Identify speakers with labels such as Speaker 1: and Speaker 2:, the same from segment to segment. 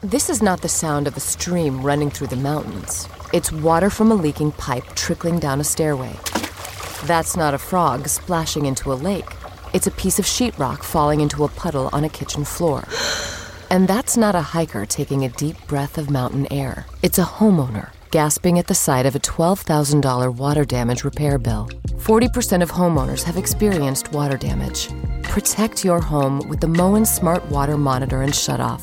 Speaker 1: This is not the sound of a stream running through the mountains. It's water from a leaking pipe trickling down a stairway. That's not a frog splashing into a lake. It's a piece of sheetrock falling into a puddle on a kitchen floor. And that's not a hiker taking a deep breath of mountain air. It's a homeowner gasping at the sight of a $12,000 water damage repair bill. 40% of homeowners have experienced water damage. Protect your home with the Moen Smart Water Monitor and Shutoff.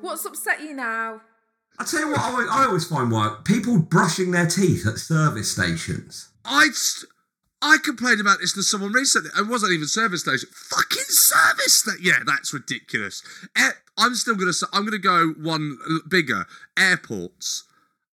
Speaker 2: What's upset you now?
Speaker 3: I tell you what, I, always- I always find why people brushing their teeth at service stations.
Speaker 4: I s- I complained about this to someone recently. It wasn't even service station. Fucking service station. Yeah, that's ridiculous. Air- I'm still gonna. s- I'm gonna go one l- bigger. Airports.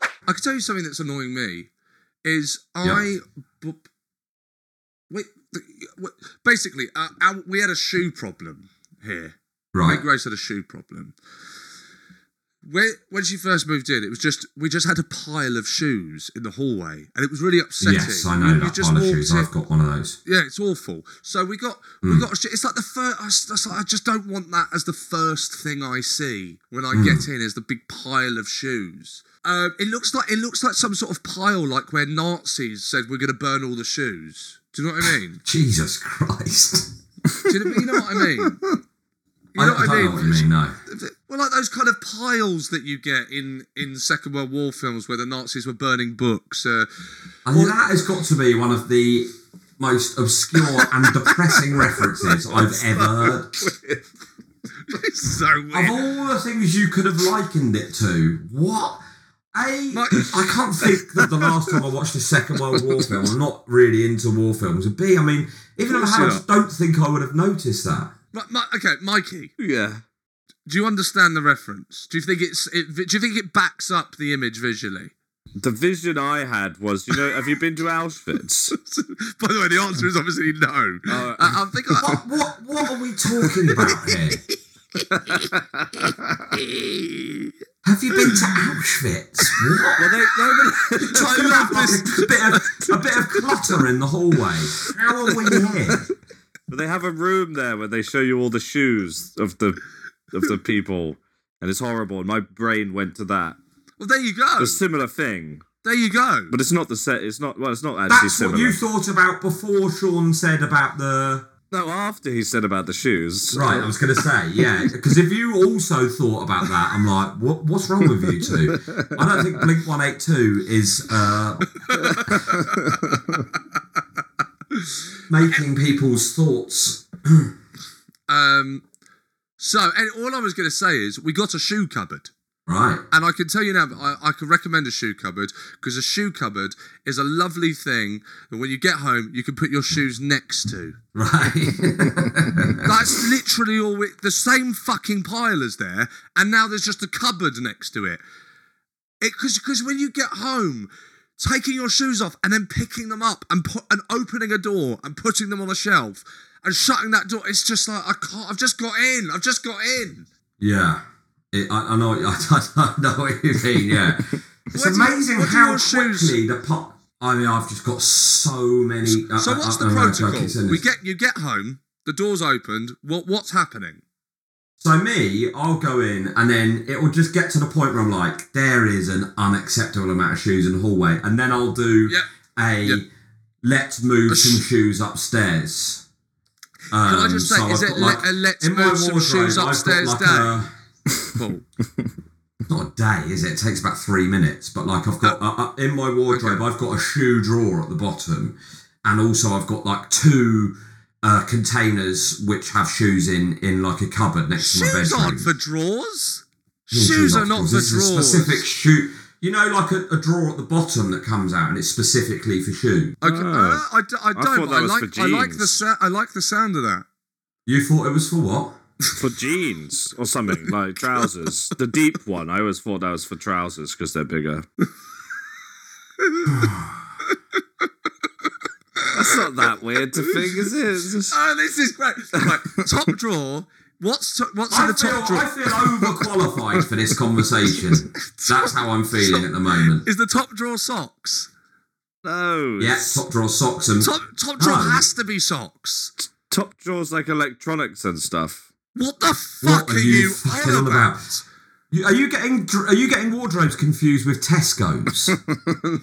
Speaker 4: I can tell you something that's annoying me is I bu- wait, th- wait, basically uh, our, we had a shoe problem here.
Speaker 3: Right.
Speaker 4: Meg Grace had a shoe problem. When, when she first moved in, it was just we just had a pile of shoes in the hallway, and it was really upsetting.
Speaker 3: Yes, I know
Speaker 4: You- you
Speaker 3: that
Speaker 4: just
Speaker 3: pile of
Speaker 4: walked
Speaker 3: shoes.
Speaker 4: in-
Speaker 3: I've got one of those.
Speaker 4: Yeah, it's awful. So we got we
Speaker 3: Mm.
Speaker 4: got. a sh- It's like the first. I, s- that's like, I just don't want that as the first thing I see when I
Speaker 3: Mm.
Speaker 4: get in is the big pile of shoes. Um, it looks like it looks like some sort of pile, like where Nazis said we're going to burn all the shoes. Do you know what I mean?
Speaker 3: Jesus Christ.
Speaker 4: Do you know, you know what I mean? You
Speaker 3: I,
Speaker 4: know
Speaker 3: I
Speaker 4: what I
Speaker 3: don't
Speaker 4: mean?
Speaker 3: know what you mean, no.
Speaker 4: Well, like those kind of piles that you get in in Second World War films where the Nazis were burning books. Uh,
Speaker 3: And that has got to be one of the most obscure and depressing references I've ever heard.
Speaker 4: it's so
Speaker 3: Of
Speaker 4: weird.
Speaker 3: all the things you could have likened it to, what? A, I can't think that the last time I watched a Second World War film, I'm not really into war films. And B, I mean, even if I
Speaker 4: Of course
Speaker 3: had, I
Speaker 4: you
Speaker 3: just don't think I would have noticed that.
Speaker 4: Mi- Mi- okay, Mikey,
Speaker 5: Yeah.
Speaker 4: do you understand the reference? Do you think it's it, do you think it backs up the image visually?
Speaker 5: The vision I had was, you know, have you been to Auschwitz?
Speaker 4: By the way, the answer is obviously no.
Speaker 5: Oh.
Speaker 4: Uh, I think I,
Speaker 3: What, what, what are we talking about here? Have you been to Auschwitz? What?
Speaker 5: well, they, they were,
Speaker 3: Tying it up like a, bit of, a bit of clutter in the hallway. How are we here?
Speaker 5: they have a room there where they show you all the shoes of the of the people, and it's horrible. And my brain went to that.
Speaker 4: well, there you go.
Speaker 5: A similar thing,
Speaker 4: There you go.
Speaker 5: but it's not the set. It's not. Well, it's not actually
Speaker 3: That's
Speaker 5: similar.
Speaker 3: what you thought about before Sean said about the.
Speaker 5: no, after he said about the shoes, um,
Speaker 3: Right, I was going to say, yeah, because if you also thought about that, I'm like, what, what's wrong with you two? I don't think Blink 182 is uh, making people's thoughts.
Speaker 4: Um, so, and all I was going to say is we got a shoe cupboard.
Speaker 3: Right.
Speaker 4: And I can tell you now, that I, I can recommend a shoe cupboard because a shoe cupboard is a lovely thing that when you get home, you can put your shoes next to.
Speaker 3: Right.
Speaker 4: That's literally all it, the same fucking pile as there, and now there's just a cupboard next to it. It because because when you get home, taking your shoes off and then picking them up and put and opening a door and putting them on a shelf and shutting that door, it's just like I can't. I've just got in. I've just got in.
Speaker 3: Yeah, it, I, I know. I, I know what you mean. Yeah, it's
Speaker 4: What do you-
Speaker 3: amazing
Speaker 4: what do
Speaker 3: how
Speaker 4: your shoes-
Speaker 3: quickly the pop. I mean, I've just got so many. uh, I-
Speaker 4: So
Speaker 3: I-
Speaker 4: what's
Speaker 3: I-
Speaker 4: the
Speaker 3: I know, like it's
Speaker 4: protocol?
Speaker 3: in
Speaker 4: We
Speaker 3: this.
Speaker 4: get you get home, the door's opened. What what's happening?
Speaker 3: So me, I'll go in, and then it will just get to the point where I'm like, there is an unacceptable amount of shoes in the hallway, and then I'll do
Speaker 4: Yep.
Speaker 3: a
Speaker 4: Yep.
Speaker 3: let's move
Speaker 4: A sh-
Speaker 3: some shoes upstairs. Um,
Speaker 4: I just say, is
Speaker 3: I've
Speaker 4: it
Speaker 3: got,
Speaker 4: le- a let's
Speaker 3: in my
Speaker 4: move some
Speaker 3: wardrobe,
Speaker 4: shoes
Speaker 3: I've got
Speaker 4: upstairs
Speaker 3: like
Speaker 4: day?
Speaker 3: a-
Speaker 4: Paul.
Speaker 3: not a day, is it? It takes about three minutes. But like I've got uh, uh, in my wardrobe, I've got a shoe drawer at the bottom, and also I've got like two uh, containers which have shoes in in like a cupboard next to my
Speaker 4: shoes
Speaker 3: bedroom.
Speaker 4: aren't for drawers.
Speaker 3: Yeah,
Speaker 4: Shoes are not
Speaker 3: drawers.
Speaker 4: for
Speaker 3: This is a
Speaker 4: drawers.
Speaker 3: specific shoe. You know, like a, a drawer at the bottom that comes out, and it's specifically for shoe.
Speaker 4: Okay, uh,
Speaker 5: Ah.
Speaker 4: I, d- I
Speaker 5: thought
Speaker 4: don't. but
Speaker 5: that
Speaker 4: I,
Speaker 5: was
Speaker 4: like
Speaker 5: for
Speaker 4: I like the
Speaker 5: jeans.
Speaker 4: sa- I like the sound of that.
Speaker 3: You thought it was for what?
Speaker 5: for jeans or something like trousers. The deep one, I always thought that was for trousers because they're bigger. That's not that weird to think, is it? It's just-
Speaker 4: Oh, this is great. Right, top drawer. What's to- what's in
Speaker 3: I
Speaker 4: the
Speaker 3: feel,
Speaker 4: top drawer?
Speaker 3: I feel overqualified for this conversation. That's how I'm feeling at the moment.
Speaker 4: Is the top drawer socks?
Speaker 5: No.
Speaker 3: Yeah,
Speaker 5: it's-
Speaker 3: top drawer socks and
Speaker 4: Top top drawer
Speaker 3: No.
Speaker 4: has to be socks.
Speaker 5: Top drawers like electronics and stuff.
Speaker 4: What the fuck
Speaker 3: are
Speaker 4: are
Speaker 3: you
Speaker 4: you
Speaker 3: fucking
Speaker 4: on
Speaker 3: on about?
Speaker 4: about?
Speaker 3: You- Are you getting dr- are you getting wardrobes confused with Tesco's?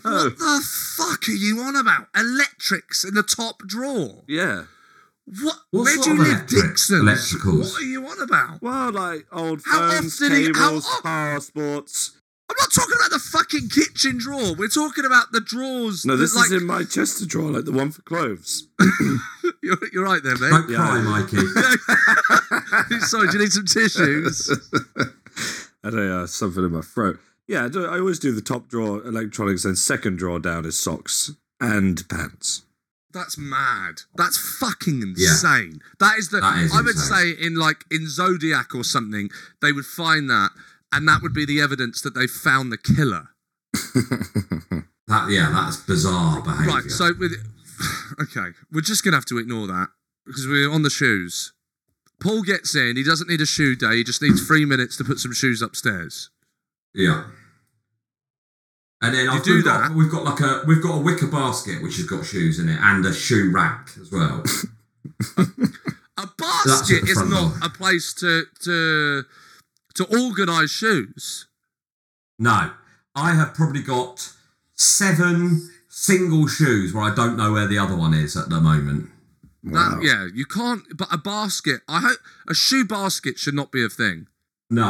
Speaker 4: What the fuck are you on about? Electrics in the top drawer.
Speaker 5: Yeah.
Speaker 4: What?
Speaker 3: What
Speaker 4: where
Speaker 3: sort
Speaker 4: do you
Speaker 3: of
Speaker 4: live,
Speaker 3: electric-
Speaker 4: Dixon?
Speaker 3: electricals?
Speaker 4: What are you on about?
Speaker 5: Well, like old
Speaker 4: How
Speaker 5: phones,
Speaker 4: often are you- how
Speaker 5: cables,
Speaker 4: of-
Speaker 5: passports.
Speaker 4: I'm not talking about the fucking fucking kitchen drawer. We're talking about the drawers.
Speaker 5: No,
Speaker 4: that,
Speaker 5: this
Speaker 4: like,
Speaker 5: is in my Chester drawer, like the one for clothes.
Speaker 4: you're, you're right there, mate.
Speaker 3: Don't cry, Mikey.
Speaker 4: Sorry, do you need some tissues?
Speaker 5: I don't know, something in my throat. Yeah, I, do, I always do the top drawer electronics, then second drawer down is socks and pants.
Speaker 4: That's mad. That's fucking insane. That is the.
Speaker 5: That is
Speaker 4: I would
Speaker 5: insane.
Speaker 4: say in like in Zodiac or something, they would find that, and that would be the evidence that they found the killer.
Speaker 3: That yeah, that's bizarre behaviour.
Speaker 4: Right. So with okay, we're just gonna have to ignore that because we're on the shoes. Paul gets in. He doesn't need a shoe day. He just needs three minutes to put some shoes upstairs.
Speaker 3: yeah. And then
Speaker 4: You
Speaker 3: I've,
Speaker 4: do
Speaker 3: we've, got, we've got like a we've got a wicker basket which has got shoes in it and a shoe rack as well.
Speaker 4: A
Speaker 3: That's at
Speaker 4: basket
Speaker 3: the
Speaker 4: is
Speaker 3: front
Speaker 4: not a place to to to organise shoes.
Speaker 3: No, I have probably got seven single shoes where I don't know where the other one is at the moment.
Speaker 4: That, yeah, you can't. But a basket, I hope a shoe basket should not be a thing.
Speaker 3: No.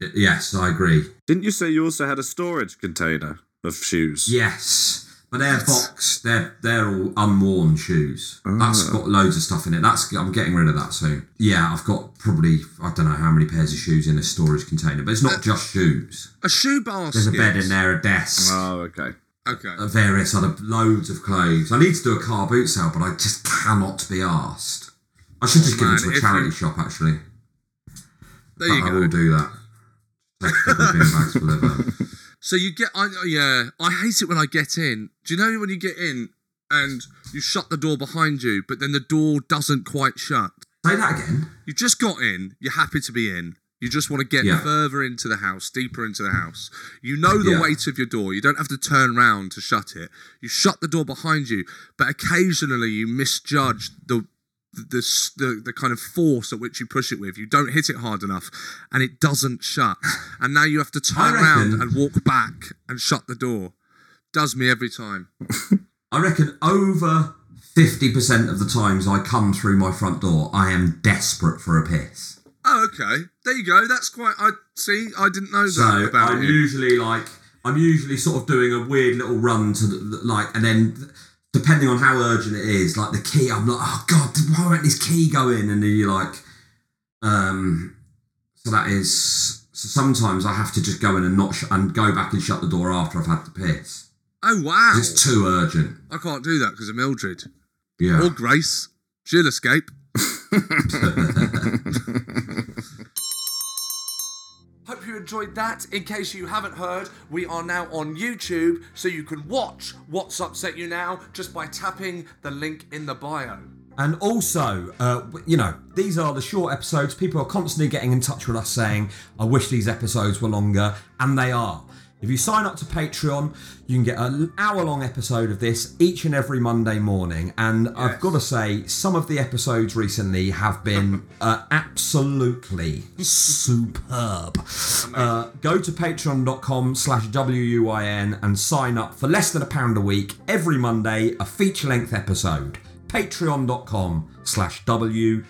Speaker 3: Y- Yes, I agree.
Speaker 5: Didn't you say you also had a storage container of shoes?
Speaker 3: Yes, but they're boxed. They're they're all unworn shoes.
Speaker 4: Ah.
Speaker 3: That's got loads of stuff in it. That's I'm getting rid of that soon. Yeah, I've got probably I don't know how many pairs of shoes in a storage container, but it's not just shoes.
Speaker 4: A shoe basket.
Speaker 3: There's a bed in there, a desk.
Speaker 4: Ah.
Speaker 5: Oh, okay.
Speaker 4: Okay.
Speaker 3: uh, Various other loads of clothes. I need to do a car boot sale, but I just cannot be asked. I should just
Speaker 4: Oh,
Speaker 3: give
Speaker 4: man,
Speaker 3: it to
Speaker 4: if
Speaker 3: a
Speaker 4: you-
Speaker 3: charity shop, actually. but
Speaker 4: There you
Speaker 3: I
Speaker 4: go.
Speaker 3: will do that. Take every bin bags full of them.
Speaker 4: So you get, I yeah, I hate it when I get in. Do you know when you get in and you shut the door behind you, but then the door doesn't quite shut?
Speaker 3: Say that again.
Speaker 4: You just got in. You're happy to be in. You just want to get
Speaker 3: Yeah.
Speaker 4: further into the house, deeper into the house. You know the
Speaker 3: Yeah.
Speaker 4: weight of your door. You don't have to turn round to shut it. You shut the door behind you, but occasionally you misjudge the the, s- the the kind of force at which you push it with. You don't hit it hard enough, and it doesn't shut. And now you have to turn around
Speaker 3: reckon-
Speaker 4: and walk back and shut the door. Does me every time.
Speaker 3: I reckon over 50% of the times I come through my front door, I am desperate for a piss.
Speaker 4: Oh, okay. There you go. That's quite. I see. I didn't know
Speaker 3: So
Speaker 4: that about
Speaker 3: I'm
Speaker 4: you.
Speaker 3: usually like, I'm usually sort of doing a weird little run to the, the- like, and then th- depending on how urgent it is, like the key, I'm like, oh God, why won't this key go in? And then you're like, um, so that is, so sometimes I have to just go in and not, sh- and go back and shut the door after I've had the piss.
Speaker 4: oh wow.
Speaker 3: 'Cause It's too urgent.
Speaker 4: I can't do that because of Mildred.
Speaker 3: Yeah.
Speaker 4: Or Grace. She'll escape. Hope you enjoyed that. In case you haven't heard, we are now on YouTube, so you can watch What's Upset You Now just by tapping the link in the bio.
Speaker 3: And also, uh, w- you know, these are the short episodes. People are constantly getting in touch with us saying, I wish these episodes were longer, and they are. If you sign up to Patreon, you can get an hour long episode of this each and every Monday morning. And I've got to say, some of the episodes recently have been uh, absolutely superb. Uh, go to patreon.com slash WUIN and sign up for less than a pound a week every Monday, a feature length episode patreon.com slash w-u-y-n